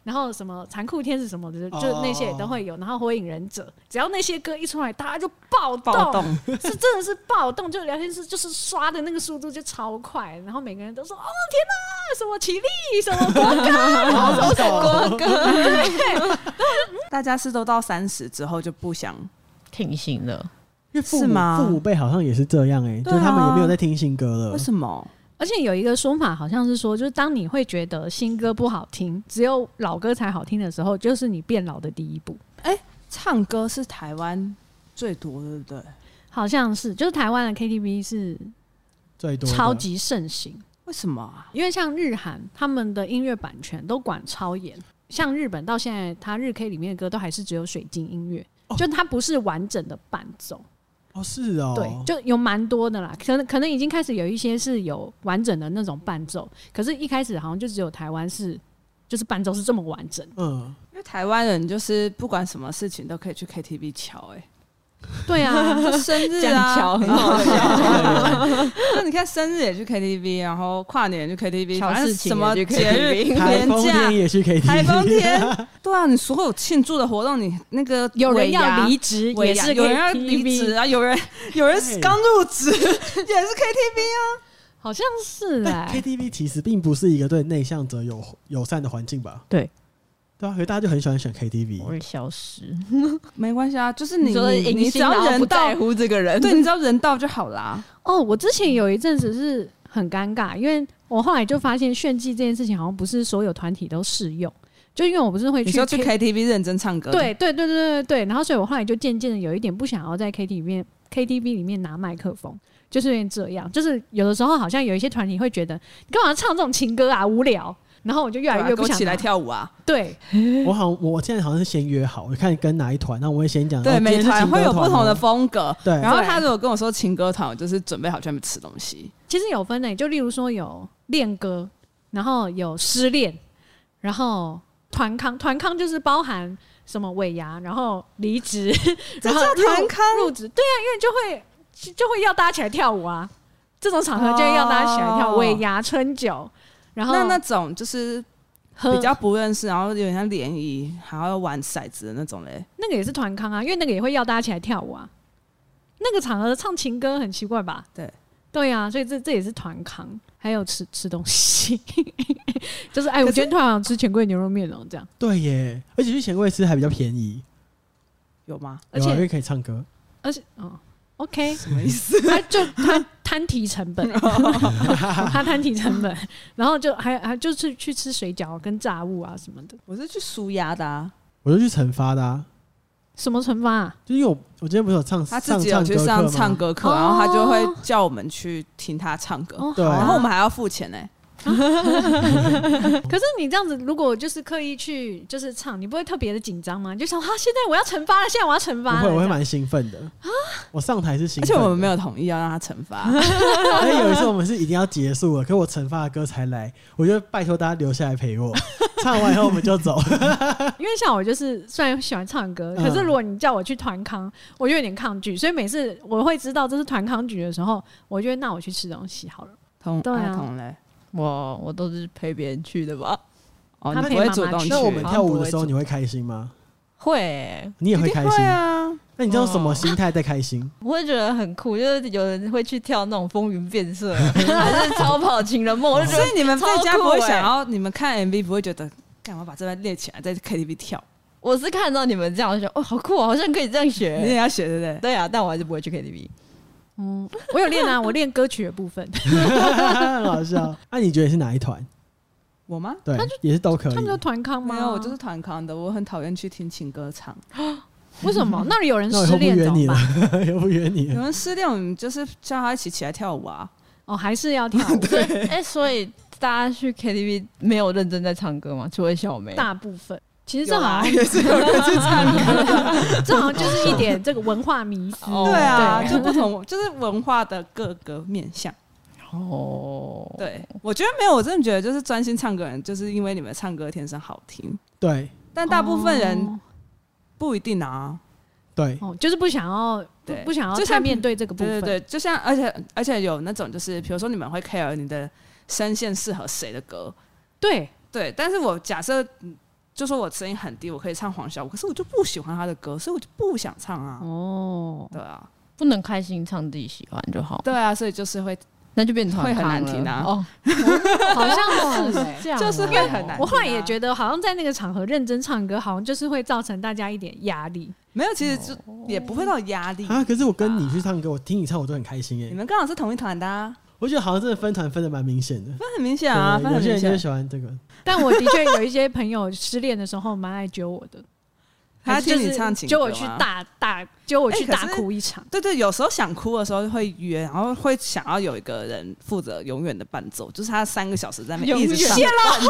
S2: 然后什么残酷天使什么的，就
S3: 哦
S2: 就那些也都会有。然后火影忍者，只要那些歌一出来，大家就暴动，
S1: 暴动
S2: <laughs> 是真的是暴动。就聊天室就是刷的那个速度就超快，然后每个人都说：“哦天哪，什么起立，什么国歌。
S3: 好搞，
S1: 大家是都到三十之后就不想
S5: <laughs> 挺行的。
S3: 因为父
S1: 是
S3: 母
S1: 吗
S3: 父母辈好像也是这样哎，
S1: 对
S3: 就
S1: 啊
S3: 是他们也没有在听新歌了
S1: 为。什么？”
S2: 而且有一个说法，好像是说，就是当你会觉得新歌不好听，只有老歌才好听的时候，就是你变老的第一步。
S1: 唱歌是台湾最多，对不对？
S2: 好像是，就是台湾的 KTV 是
S3: 最多的
S2: 超级盛行。
S1: 为什么啊？
S2: 因为像日韩他们的音乐版权都管超严，像日本到现在，它日 K 里面的歌都还是只有水晶音乐，
S3: 哦
S2: 就它不是完整的伴奏，
S3: 哦，是哦，
S2: 对，就有蛮多的啦。可能可能已经开始有一些是有完整的那种伴奏，可是一开始好像就只有台湾是，就是伴奏是这么完
S1: <laughs>
S2: 整。
S3: 嗯，
S1: 因为台湾人就是不管什么事情都可以去 KTV 敲、欸，<laughs>
S2: 对啊，
S1: 哎，生日
S5: 这
S1: 啊，
S5: 样敲很好
S1: <laughs> 那你看生日也去 KTV，然后跨年也去 KTV，
S5: 小
S1: 反
S5: 事
S1: 正
S5: 情
S1: 什么
S5: 也去
S1: 节日、
S5: KTV
S3: 台
S1: 年
S3: 风天
S1: 假、
S3: 也去 KTV，
S1: 台风天，对啊，你所有庆祝的活动，你那个
S2: 有人
S1: 尾牙
S2: 要离职
S1: 尾
S2: 也
S1: 牙
S2: 是
S1: 有人要离
S2: KTV，
S1: 职啊，有人有人
S3: 对
S1: 刚入职 <laughs> 也是 KTV
S2: 好像是
S3: 但
S2: 哎、
S3: KTV 其实并不是一个对内向者友友善的环境吧？
S5: 对，
S3: 对啊，可是大家就很喜欢选 KTV，
S5: 我会消失。
S1: 啊，没关系啊，就是你
S5: 说
S1: 你
S5: 迎
S1: 你只
S5: 新，然
S1: 要
S5: 后
S1: 人
S5: 不
S1: 到
S5: 在，乎这个人，
S1: 对，你只要人到就好啦。
S2: 哦，我之前有一阵子是很尴尬，因为我后来就发现炫技这件事情好像不是所有团体都适用，就因为我不是会
S1: 你
S2: 去
S1: 说去
S2: K-
S1: KTV 认真唱歌，
S2: 对对对对对对，然后所以我后来就渐渐的有一点不想要在 K T V 里面 K T V 里面拿麦克风。就是有点这样，就是有的时候好像有一些团体会觉得你干嘛唱这种情歌啊，无聊。然后我就
S1: 对
S2: 越
S1: 啊，
S2: 来越
S1: 跟
S2: 不
S1: 我
S2: 想
S1: 起来
S2: 拿
S1: 跳舞啊！
S2: 对，
S3: 我好像我现在好像是先约好，我看跟哪一团，那我会先讲。哦
S1: 对，
S3: 今天
S1: 每
S3: 是
S1: 团
S3: 情歌
S1: 会有不同的
S3: 哦
S1: 风格。
S3: 对，
S1: 然后
S2: 对
S1: 他如果跟我说情歌团，我就是准备好去那边吃东西。
S2: 其实有分类，就例如说有恋歌，然后有失恋，然后团康，团康就是包含什么尾牙，然后离职，然后入
S1: 团康
S2: 入职，对啊，因为就会就就会要大家起来跳舞啊，这种场合就会要大家起来跳舞
S1: 哦
S2: 尾牙、春酒，然后
S1: 那那种就是
S2: 哦喝
S1: 比较不认识，然后有点像联谊，还要玩骰子的那种嘞。
S2: 那个也是团康啊，因为那个也会要大家起来跳舞啊。那个场合唱情歌很奇怪吧？
S1: 对，
S2: 对啊，所以这这也是团康，还有吃吃东西， <laughs> 就是
S1: 可
S2: 哎，
S1: 是
S2: 我今天突然想吃钱柜牛肉面哦，这样，
S3: 对耶，而且去钱柜吃还比较便宜，
S1: 有
S3: <laughs>
S1: 吗？
S2: 而
S3: 有啊因
S2: 且
S3: 为可以唱歌。
S2: 而且，嗯，OK，
S1: 什么意思？
S2: 他就
S1: <laughs>
S2: 他摊提成本，他摊提成本，然后就还还就是去吃水饺跟炸物啊什么的，
S1: 我是去舒压的啊，
S3: 我就去惩罚的啊，
S2: 什么惩罚、啊？
S3: 就是因为我我今天不是有唱
S1: 他自
S3: 哦上
S1: 己有
S3: 唱
S1: 去
S3: 歌
S1: 上
S3: 课
S1: 唱
S3: 吗？
S1: 歌课，
S2: 哦
S1: 然后他就会叫我们去听他唱歌，
S2: 哦，
S3: 对
S2: 好啊
S1: 然后我们还要付钱呢、
S3: 哦
S2: 可是你这样子，如果就是刻意去就是唱，你不会特别的紧张吗？你就想，哈、现在我要惩罚了，现在我要惩
S3: 不
S2: 罚了。
S3: 会，我
S2: 这
S3: 会
S2: 样
S3: 蛮兴奋的我上台是
S1: 啊
S3: 兴
S1: 而
S3: 奋
S1: 且
S3: 的，
S1: 我们没有同意要让他惩罚，
S3: 而且有一次我们是一定要结束了，可我惩罚的歌才来，我就拜托大家留下来
S1: <laughs>
S3: 陪我。唱完以后我们就走，
S2: 因为像我就是虽然喜欢唱歌，
S3: 嗯
S2: 可是如果你叫我去团康，我就有点抗拒。所以每次我会知道这是团康局的时候，我就会那我去吃东西好了。
S1: 同
S2: 对啊
S1: 爱同嘞。
S5: 我我都是陪别人去的吧？
S1: 哦，
S2: 他
S1: 你
S2: 陪
S1: 不会
S2: 妈妈
S1: 主动
S2: 去
S1: 去？
S3: 那我们
S5: 好
S3: 跳舞的时候你会开心吗？
S5: 会欸，
S3: 你也
S1: 一
S3: 会
S1: 定
S3: 开心？
S1: 啊，
S3: 那你这种什么心态在
S1: <laughs>
S3: 开心？
S5: 我会觉得很酷，就是有人会去跳那种风云变 <laughs> 色，还是超跑情人梦，我就觉
S1: 所以
S5: 得
S1: 你们在家
S5: 超酷
S1: 不会
S5: 欸
S1: 想要，你们看 MV 不会觉得，干嘛把这边列起来在 KTV 跳？
S5: 我是看到你们这样，我就觉得哦，好酷哦，好像可以这样
S1: 你也
S5: 学。
S1: 要学对不对？
S5: 对啊，但我还是不会去 KTV。
S1: <laughs>
S2: 嗯，我有练啊，我练歌曲的部分。
S3: 很好笑。那你觉得你是哪一团？
S1: 我吗？
S3: 对，也是都可以
S2: 他。们就
S3: <laughs>
S2: 团康吗？
S1: 没有，我就是团康的，我很讨厌去听情歌唱。
S2: 为什么那里有人
S3: <laughs> 那我以
S2: 失
S3: 后不
S2: 恋
S3: 约
S2: 怎
S3: 你
S2: 么
S3: 了
S2: 办？，
S3: 以后不约你
S1: 你
S3: 了。
S1: 们失恋，我们就是叫他一起起来跳舞啊。
S2: 哦，还是要跳舞
S3: <laughs>
S5: 哎、所以大家去 KTV 没有认真在唱歌吗？除了小梅，
S2: 大部分。其实
S1: 有
S2: 这好
S1: 啊
S2: 像
S1: 也 <laughs> 是有人去唱歌。
S2: 这好像就是一点这个文化迷思。
S5: 哦
S1: 对啊，
S2: 对
S1: 就不同，就是文化的各个面向。
S5: 哦，
S1: 对，我觉得没有，我真的觉得就是专心唱歌的人，就是因为你们唱歌天生好听，
S3: 对
S1: 但大部分人不一定啊。
S3: 对，
S2: 哦，就是不想要不
S1: 对
S2: 不想要
S1: 就
S2: 太
S1: 像
S2: 面对这个部
S1: 对对
S2: 分。
S1: 对，就像而且而且有那种就是，比如说你们会 care 你的声线适合谁的歌，
S2: 对
S1: 对。但是我假设嗯就说我声音很低，我可以唱黄小琥，可是我就不喜欢他的歌，所以我就不想唱啊。
S5: 哦，
S1: 对啊，
S5: 不能开心唱自己喜欢就好，
S1: 对啊，所以就是会，
S5: 那就变团
S1: 会很
S5: 康
S1: 难
S5: 了
S1: 听啊
S5: 哦，
S2: 好像是欸
S5: <laughs> 这样
S1: 就是会很难
S2: 我后来也
S1: 得
S2: 觉得，好像在那个场合认真唱歌，好像就是会造成大家一点压
S1: <laughs>
S2: 力。
S1: 没有，其实就也不会到压力。
S3: 啊，可是我跟你去唱歌，我听你唱我都很开心
S1: 你
S3: 哎。
S1: 们刚好是同一团的、啊，
S3: 我觉得好像真的分团分的蛮明显的。
S1: 那很明显啊，
S3: 对
S1: 那
S3: 有
S1: 很
S3: 些
S1: 明
S3: 人就
S1: 显
S3: 喜。欢这个。
S2: 但我的确有一些朋友失恋的时候蛮爱揪我的，
S1: 他
S2: 还是就
S1: 听
S2: 是
S1: 你唱情歌
S2: 揪
S1: 吗
S2: 我去大大揪我去
S1: 哎可
S2: 大
S1: 是
S2: 哭一场。
S1: 对对，有时候想哭的时候会约，然后会想要有一个人负责永远的伴奏，就是他三个小时在那边一直唱。谢 <laughs> 了。 <laughs>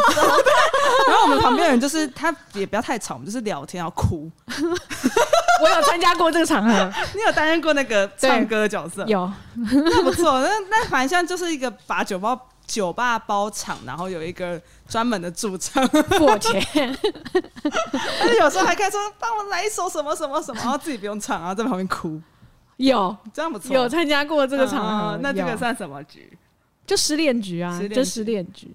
S1: 然后我们旁边的人就是他也不要太吵，我们就是聊天要哭。
S2: 我有参加过这个场
S1: <laughs>
S2: 合，
S1: 你有担任过那个唱歌的角色？
S2: 有
S1: 那不错，那那反正就是一个把酒吧酒吧包场，然后有一个专门的驻唱， <laughs>
S2: 过钱。
S1: 但是有时候还可以说帮我来一首什么什么什么，然后自己不用唱，然后在旁边哭，
S2: 有
S1: 这样不错。
S2: 有参加过这个场
S1: 啊
S2: 合，
S1: 那这个
S2: 有
S1: 算什么局？
S2: 就失恋局啊
S1: 失，恋
S2: 就
S1: 局
S2: 失恋局。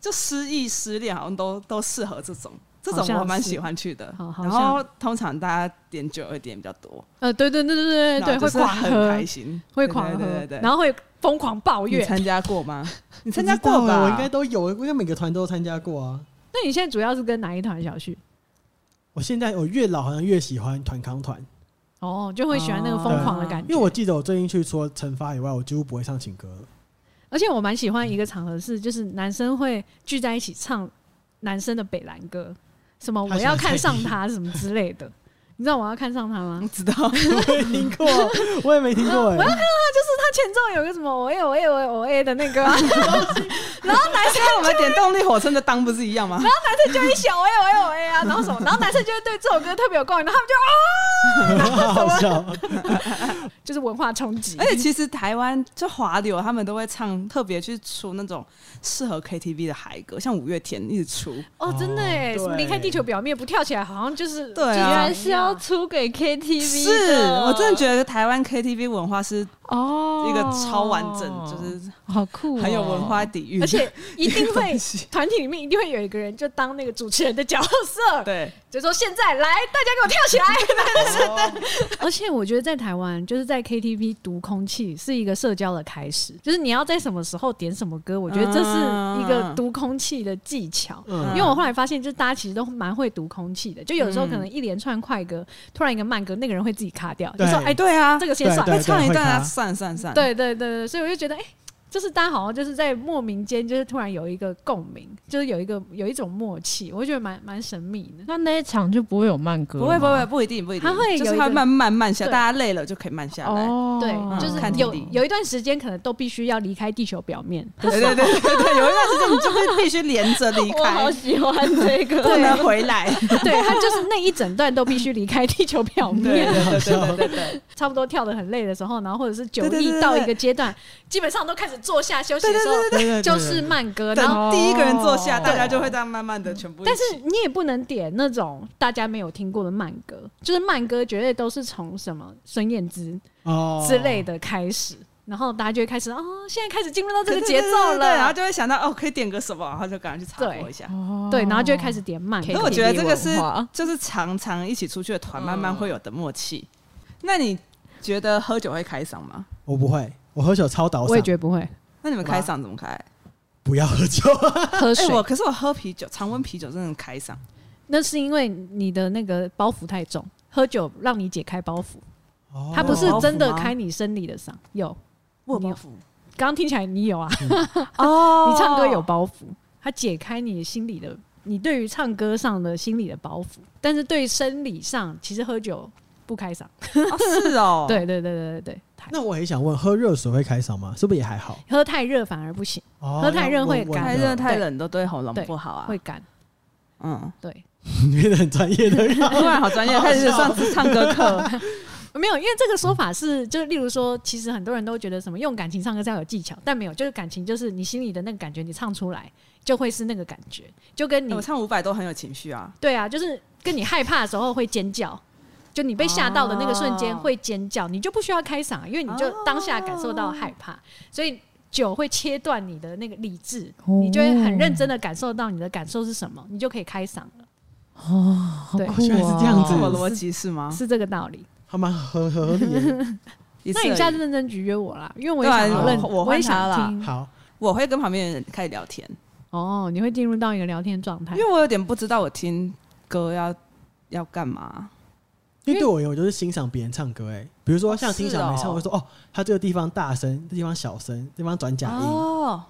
S1: 就失忆、失恋好像都都适合这种，这
S2: 好像
S1: 种
S2: 是
S1: 我蛮喜欢去的
S2: 好。好
S1: 然
S2: 像
S1: 后通常大家点酒会点比较多，
S2: 呃，对对对对对对，
S1: 然后
S2: 会
S1: 就是
S2: 狂
S1: 很
S2: 喝
S1: 开，心，
S2: 会
S1: 对
S2: 狂喝
S1: 对对对，对。
S2: 然后会疯狂抱
S1: 你
S2: 怨。
S1: 参加过
S2: <laughs>
S1: 吗？你
S3: 你
S1: 参加过
S2: 啊
S1: 吧？
S3: 我应该都有，我应该每个团都参加过啊。
S2: 那你现在主要是跟哪一团小旭？
S3: 我现在我越老好像越喜欢团康团，
S2: 哦，就会喜欢那个疯狂的感觉。
S3: 因为我记得我最近去除了惩罚以外，我几乎不会唱情歌
S2: <laughs>
S3: 了。
S2: 而且我蛮喜欢一个场合是，就是男生会聚在一起唱男生的北兰歌，什么
S3: 他
S2: 我
S3: 喜欢
S2: 要看上
S3: 蔡依
S2: 他什么之类的。你知道我要看上他吗？
S1: 知 <laughs> 道，
S3: 我也听过，我也没
S2: <laughs>
S3: 听过哎、
S2: 他前奏有个什么我也我也我也我也的那个、啊，
S1: 现在我们点动力火车的当不是一样吗？
S2: 就会想我也我也我也啊，然后什么，然后男生就会对这首歌特别有共鸣，然后他们就
S3: 好笑。
S2: 啊，就是文化冲击
S1: 而。且其实台湾就华流他们都会唱，特别去出那种适合 KTV 的嗨歌，像五月天一直出。
S2: 哦，真的哎，
S3: 哦
S2: 什么离开地球表面不跳起来，好像就是
S1: 对啊
S5: 居然是要 <laughs>
S2: 哦
S5: 出给 KTV，
S1: 是
S5: 的
S1: 我真的觉得台湾 KTV 文化是
S5: 哦，
S1: 一个超完整，就是
S5: 好酷、
S1: 很有文
S5: 哦
S1: 化，底蕴，
S2: 而且一定会
S1: 东西
S2: 团体里面一定会有一个人就当那个主持人的角色，
S1: <laughs> 对，
S2: 就说现在来，大家给我跳起来！ <laughs> 而且我觉得在台湾，就是在 KTV 读空气是一个社交的开始，就是你要在什么时候点什么歌，我觉得这是一个读空气的技巧。
S3: 嗯
S2: 因为我后来发现，就是大家其实都蛮会读空气的，就有时候可能一连串快歌，突然一个慢歌，那个人会自己卡掉，就
S3: 对
S2: 说：“哎，
S1: 对啊，
S2: 这个先算。
S3: 对
S1: 会唱一
S3: 会
S1: 段啊，
S3: 卡
S1: 算算算，”
S2: 对对对对，所以我就觉得，哎，就是大家好像就是在莫名间，就是突然有一个共鸣，就是有一个有一种默契，我觉得蛮蛮神秘的。
S5: 那那一场就不会有慢歌吗，
S1: 不会不会不一定不一定，
S2: 它会有一个
S1: 就是它慢慢慢下，
S2: 对
S1: 大家累了就可以慢下来。
S5: 哦，
S2: 对，就
S1: 嗯
S2: 是
S1: 看
S2: 有
S1: 地理
S2: 有一段时间可能都必须要离开地球表面， <laughs>
S1: 对对对对对，有一段时间你就是必须连着离
S5: 我好
S1: 开，
S5: 喜欢这个，
S1: 不能回来。
S2: 对他就是那一整段都必须离开地球表
S1: 对
S2: 面，
S1: 对对对对对。
S2: 差不多跳得很累的时候，然后或者是酒
S1: 对对对对
S2: 意
S1: 对
S2: 到一个阶段，基本上都开始坐下休息
S1: 对
S2: 的
S1: 对
S2: 时候，
S3: 对对对，
S2: 就是慢歌，然后。
S1: 等第一个人坐下，
S5: 哦
S1: 大家就会这样慢慢的全部一起。
S2: 但是你也不能点那种大家没有听过的慢歌，就是慢歌绝对都是从什么孙燕姿
S3: 哦
S2: 之类的开始，然后大家就会开始哦，现在开始进入到这个节奏
S1: 对对对对对然后
S2: 了，
S1: 就会想到哦，可以点个什么，然后就赶快去查过一下。
S5: 哦
S2: 对，然后就会开始点慢
S1: 可
S2: 歌
S1: 是。我觉得这个
S5: KTV
S1: 是
S5: 文化
S1: 就是常常一起出去的团，
S5: 嗯
S1: 慢慢会有的默契。那你觉得喝酒会开嗓吗？
S3: 我不会，我喝酒超倒嗓，
S2: 我也觉得不会
S1: 那你们开嗓怎么开？
S3: 不要
S2: <laughs>
S3: 喝酒，
S2: 喝
S1: 哎，
S2: 水，
S1: 我可是我喝啤酒，常温啤酒真的开嗓。
S2: 那是因为你的那个包袱太重，喝酒让你解开包袱，
S3: 哦
S2: 它不是真
S1: 包
S2: 的
S1: 袱吗
S2: 开你生理的嗓。有，
S1: 我
S2: 你有
S1: 袱
S2: 刚刚听起来你有啊，
S1: 哦
S2: 你唱歌有包袱，它解开你心里的，你对于唱歌上的心理的包袱，但是对于生理上，其实喝酒不开嗓。，
S1: 哦是哦 <laughs>
S2: 对对对对对对，太
S3: 那我也想问，喝热水会开嗓吗？是不是也还好？
S2: 喝太热反而不行，
S3: 哦
S2: 喝太热会干 <laughs>
S1: 太热太冷都对喉咙
S2: 对
S1: 不好啊
S2: 会。干。
S1: 嗯，
S2: 对，
S3: 你变得很专
S2: <laughs>
S3: 业的人，
S1: 突 <laughs> 然好专业，开始上次唱歌课。
S2: 没有，因为这个说法是，就是例如说，其实很多人都觉得什么用感情唱歌是要有技巧，但没有，就是感情就是你心里的那个感觉，你唱出来就会是那个感觉，就跟你
S1: 我唱五百都很有情绪啊。
S2: 对啊，就是跟你害怕的时候会尖叫，就你被吓到的那个瞬间
S1: 哦
S2: 会尖叫，你就不需要开嗓，因为你就
S5: 哦
S2: 当下感受到害怕，所以酒会切断你的那个理智，
S5: 哦
S2: 你就会很认真的感受到你的感受是什么，你就可以开嗓了，
S5: 哦，
S2: 对
S5: 好酷
S3: 哦原来是这样子
S1: 这么
S5: 哦
S1: 逻辑嗯是吗？
S2: 是这个道理。
S3: 还蛮合合理
S2: <laughs>
S3: 的。
S1: 一次
S2: 那
S1: 而已
S2: 你下次认真局约我啦，因为我也
S1: 对啊
S2: 想要认，
S1: 我我换
S2: 也
S1: 他啦
S2: 想听。
S3: 好，
S1: 我会跟旁边的人开始聊天，
S2: 哦，你会进入到一个聊天状态
S1: 因，为我有点不知道我听歌要要干嘛。
S3: 因为对我而言，我就是欣赏别人唱歌、欸。哎，比如说像听小梅唱，
S1: 哦
S3: 我会说哦，他这个地方大声，这地方小声，这地方转假音，
S1: 哦，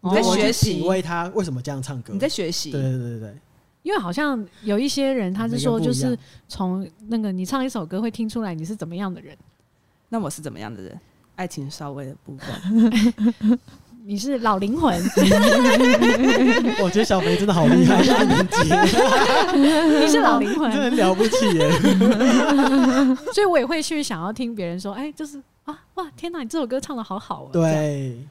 S3: 你
S1: 你在
S3: 就我会
S1: 学
S3: 去品
S1: 习，
S3: 味他为什么这样唱歌。
S1: 你在学
S3: 对
S1: 习，
S3: 对对对对，
S2: 因为好像有一些人他是
S3: 每个
S2: 说，
S3: 不
S2: 就
S3: 一样
S2: 是从那个你唱一首歌会听出来你是怎么样的人，
S1: 那我是怎么样的人？爱情稍微的部分， <laughs>
S2: 你是老灵魂，
S3: 我觉得小梅真的好厉害，她能
S1: <laughs>
S3: 接，
S2: 你是老灵魂，
S3: 真的很了不起耶、
S1: <laughs>
S2: 所以我也会去想要听别人说，哎，就是啊，哇，天哪，你这首歌唱的好好、啊，这样，
S3: 对，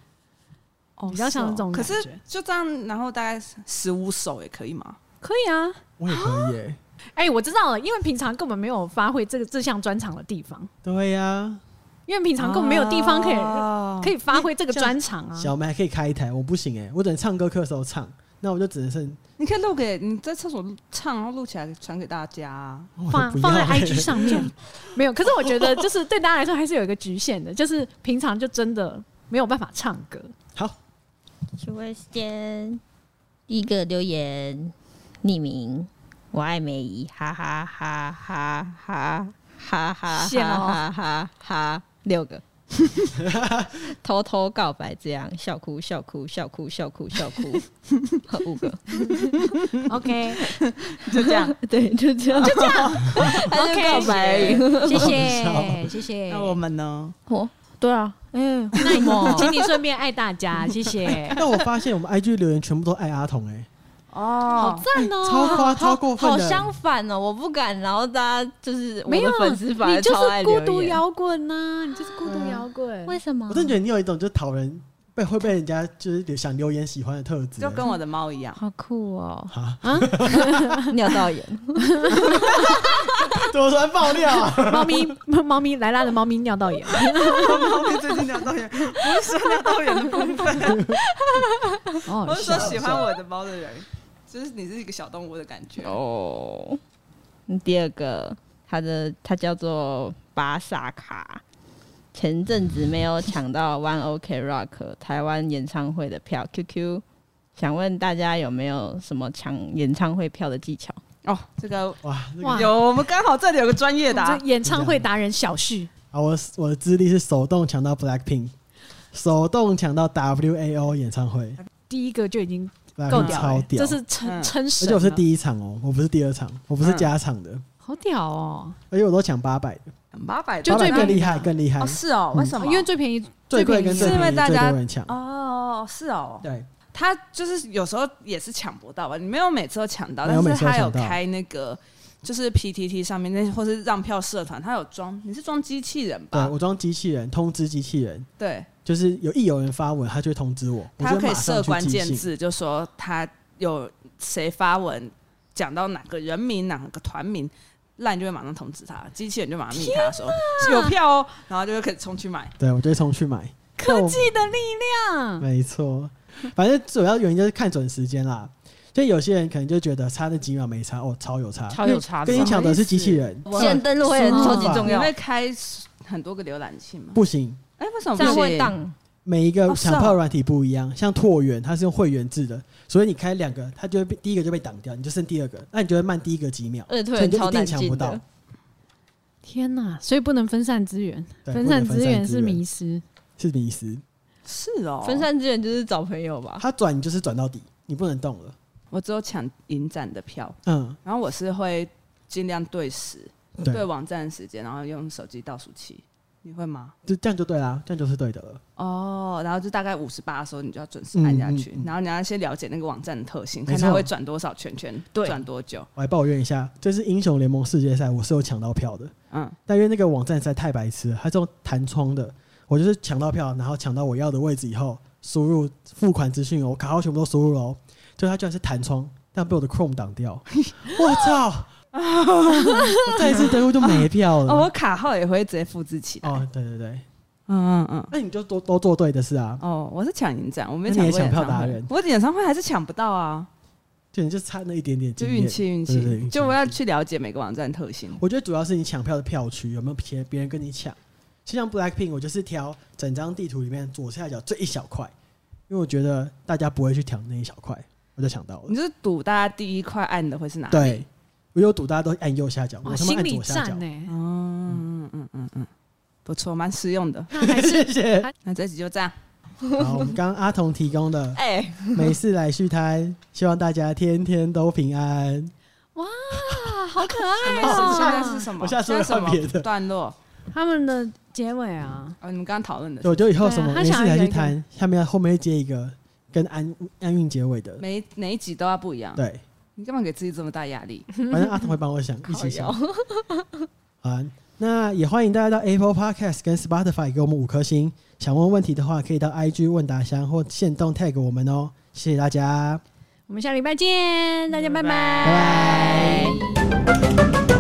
S1: 哦
S2: 比较像这种
S1: 可
S2: 感觉
S1: 是就这样，然后大概十五首也可以吗？
S2: 可以啊，
S3: 我也可以耶、
S2: 哎，我知道了，因为平常根本没有发挥这个这项专场的地方，
S3: 对呀、
S2: 因为平常根本没有地方可以、
S1: 哦
S2: 可以发挥这个专场啊，
S3: 小梅还可以开一台，我不行哎、我只能唱歌课的时候唱，那我就只能剩
S1: 你可以录给你在厕所录唱，然后录起来传给大家啊。
S3: 我
S2: 放
S3: 不要
S2: 放在
S3: 欸
S2: IG 上
S1: <laughs>
S2: 面，没有。可是我觉得就是对大家来说还是有一个局限的，就是平常就真的没有办法唱
S1: <laughs>
S2: 歌。
S3: 好，
S5: 请问先第一个留言匿名，我爱梅姨，哈哈哈哈哈哈哈哈
S2: 谢咯
S5: 哈哈哈六个。偷偷告白，这样笑哭笑哭笑哭笑哭笑哭，好五个，
S2: OK，
S5: 就这样， <laughs> 对，就这样，就这 <laughs> 样，他就
S2: OK
S5: 告白而已。
S2: 谢谢谢谢。
S1: 那我们哦呢？
S5: <laughs> 哦，对啊，嗯，
S2: 那
S5: 为什么
S2: 你请你顺便爱大家，谢谢。
S3: <laughs> 但我发现我们 IG 留言全部都爱阿童哎、
S1: 哦
S5: 好，赞哦，
S3: 超夸
S5: 好
S3: 超过分
S5: 好
S3: 的
S5: 相反哦，我不敢。然后大家就是我
S2: 没有
S5: 的
S2: 啊，
S5: 粉丝反而
S2: 你就
S5: 超爱
S2: 是
S5: 留
S2: 孤
S5: 言
S2: 独摇滚呐，你就是孤独摇滚。
S5: 为什么？
S3: 我真的觉得你有一种就是讨人被会被人家就是想留言喜欢的特质、欸
S1: 就跟我的猫一样。
S5: 好酷哦！啊
S3: 啊，
S5: <laughs> 尿道炎，
S3: 怎么突然爆 <laughs> 料啊？
S2: 猫咪，猫咪莱拉的猫咪尿道 <laughs> 炎，
S1: <laughs> 猫咪最近尿道炎，不是说尿道炎的部分，
S2: 哦
S1: 我是说喜欢我的猫的人，就是你是一个小动物的感觉。
S5: 哦，第二个，他的他叫做巴萨卡。前阵子没有抢到 One OK Rock 台湾演唱会的票，QQ，想问大家有没有什么抢演唱会票的技巧？
S1: 哦，这个
S3: 哇，那个
S2: 哇
S1: 有，我们刚好这里有个专业的啊、
S2: 这演唱会达人小旭，
S3: 啊，我我的资历是手动抢到 Blackpink，手动抢到 WAO 演唱会，
S2: 第一个就已经
S3: 够
S2: 够屌
S3: 超
S2: 了，
S3: 屌
S2: 这！是撑
S1: 嗯
S2: 撑
S3: 而
S2: 神啊
S3: 且
S2: 了，
S3: 我是第一场哦，我不是第二场，我不是
S1: 嗯
S3: 加场的，
S2: 好屌哦，
S3: 而且我都抢八百的，
S1: 八百
S2: 就
S3: 八
S2: 最
S3: 百更
S2: 便宜
S3: 厉害，更厉害
S1: 哦，，是哦，
S3: 嗯
S1: 为什么？
S2: 因为最便宜
S3: 最贵
S2: 最便
S3: 跟
S2: 宜
S3: 最
S1: 是因为
S3: 便宜
S1: 大
S3: 最
S1: 家
S3: 多人抢。
S1: 哦，是哦，
S3: 对，
S1: 他就是有时候也是抢不到吧，你没有每次都抢到，
S3: 没
S1: 但
S3: 有
S1: 是
S3: 每
S1: 他
S3: 次
S1: 有
S3: 都抢到
S1: 开那个就是 PTT 上面那或是让票社团，他有装，你是装机器人
S3: 对
S1: 吧？
S3: 我装机器人通知机器人，
S1: 对，
S3: 就是有一有人发文，他就会通知我，我
S1: 他
S3: 就
S1: 可
S3: 马
S1: 以
S3: 上
S1: 设
S3: 去
S1: 关
S3: 寄
S1: 键
S3: 信。
S1: 字，就说他有谁发文讲到哪个人名、哪个团名，烂就会马上通知他，机器人就马上密他说有票哦，然后就会可以冲去买。
S3: 对，我就会冲去买。科技
S2: 的力量，
S3: 没错，反正主要原因就是看准时间啦。所以有些人可能就觉得差那几秒没差，哦，超有差。
S5: 啊超有差
S3: 跟
S5: 别
S3: 你。抢的是机器人，
S5: 现登录会员超级重
S1: 你
S5: 要，
S1: 会开很多个浏览器吗？
S3: 不行。
S1: 哎，为什么不
S5: 这样会
S1: 行？
S5: 当
S3: 每一个
S1: 哦是哦
S3: 抢票软体不一样，像拓元它是用会员制的，所以你开两个，它就会被第一个就被挡掉，你就剩第二个，那你就会慢第一个几秒，
S5: 二
S3: 所
S5: 退
S3: 以你
S5: 人
S3: 就
S5: 呃超
S3: 一定
S5: 难
S3: 抢不
S5: 进
S3: 到
S5: 的。。
S2: 天哪！所以不能分散资源，
S3: 对
S2: 分
S3: 不能
S2: 散资源是
S3: 迷
S2: 迷失。
S3: 是迷失，
S1: 是哦，
S5: 分散资源就是找朋友吧。
S3: 它转你就是转到底，你不能动了。
S1: 我只有抢影展的票，
S3: 嗯，
S1: 然后我是会尽量对时，对
S3: 对，
S1: 网站的时间，然后用手机倒数器。你会吗？
S3: 就这样就对啦，这样就是对的了。
S1: 哦，然后就大概五十八的时候，你就要准时按下去，
S3: 嗯嗯嗯
S1: 然后你要先了解那个网站的特性，
S3: 没
S1: 看它
S3: 错
S1: 会转多少圈圈，
S5: 对
S1: 转多久。
S3: 我还抱怨一下，这是英雄联盟世界赛，我是有抢到票的，
S1: 嗯，
S3: 但因为那个网站实在太白痴了，它是用弹窗的，我就是抢到票，然后抢到我要的位置以后，输入付款资讯哦，我卡号全部都输入了哦，就它居然是弹窗，但被我的 Chrome 挡掉，我操！我再一次登录就没票
S1: <laughs> 哦，我
S3: 了。
S1: 卡号也会直接复制起来。
S3: 哦，对对对，
S1: 嗯嗯嗯。
S3: 那你就多多做对的事啊，
S1: 哦，我是抢影展，我没
S3: 那你
S1: 抢
S3: 也
S1: 过
S3: 抢
S1: 演
S3: 票
S1: 唱
S3: 达
S1: 会
S3: 人
S1: 我演唱会还是抢不到啊，
S3: 就你就差那一点点
S1: 就
S3: 经验
S1: 运气运
S3: 对对对
S1: 气。
S3: 运气
S1: 就我要去了解每个网站的特性。
S3: 我觉得主要是你抢票的票区有没有别别人跟你抢，就像 Blackpink，我就是挑整张地图里面左下角最一小块，因为我觉得大家不会去抢那一小块，我就抢到
S1: 你就
S3: 了。
S1: 是赌大家第一块按的会是哪里？
S3: 对，我有赌，大家都按右下角，
S2: 哇，
S3: 我他
S2: 哦
S3: 妈
S2: 心欸
S3: 按
S2: 理
S3: 左下角
S2: 战。呢？
S1: 嗯嗯嗯嗯嗯，不错，蛮实用的。
S2: 那还是
S3: 谢谢。
S1: 那这集就这样，
S3: 好，我们刚刚阿童提供
S2: <laughs>
S3: 的
S5: 哎、
S3: 没事来续摊，希望大家天天都平安。
S2: 哇，好可
S1: 没
S2: 爱
S1: 事。
S2: 哦！
S1: 现在是什么？
S3: 我下次
S1: 现
S3: 会
S1: 在什
S3: 换
S1: 么
S3: 别的
S1: 段落？
S2: 他们的结尾啊，
S1: 哦，你们刚刚讨论的
S3: 对
S1: 是
S3: 我觉得以后什么
S2: <laughs> 对啊他
S3: 没事
S2: 想要
S3: 来
S2: 有
S3: 续
S2: 一个
S3: 摊，下面后面会接一个跟安安运结尾的。
S1: 每一每一集都要不一样。
S3: 对，
S1: 你干嘛给自己这么大压力？
S3: 反正阿童会帮我想，一起想
S5: 靠。腰
S3: <laughs> 好啊，那也欢迎大家到 Apple Podcast 跟 Spotify 给我们五颗星。想问问题的话，可以到 IG 问答箱或线动 tag 我们哦。谢谢大家。
S2: 我们下礼拜见，大家拜拜
S3: 拜
S5: 拜。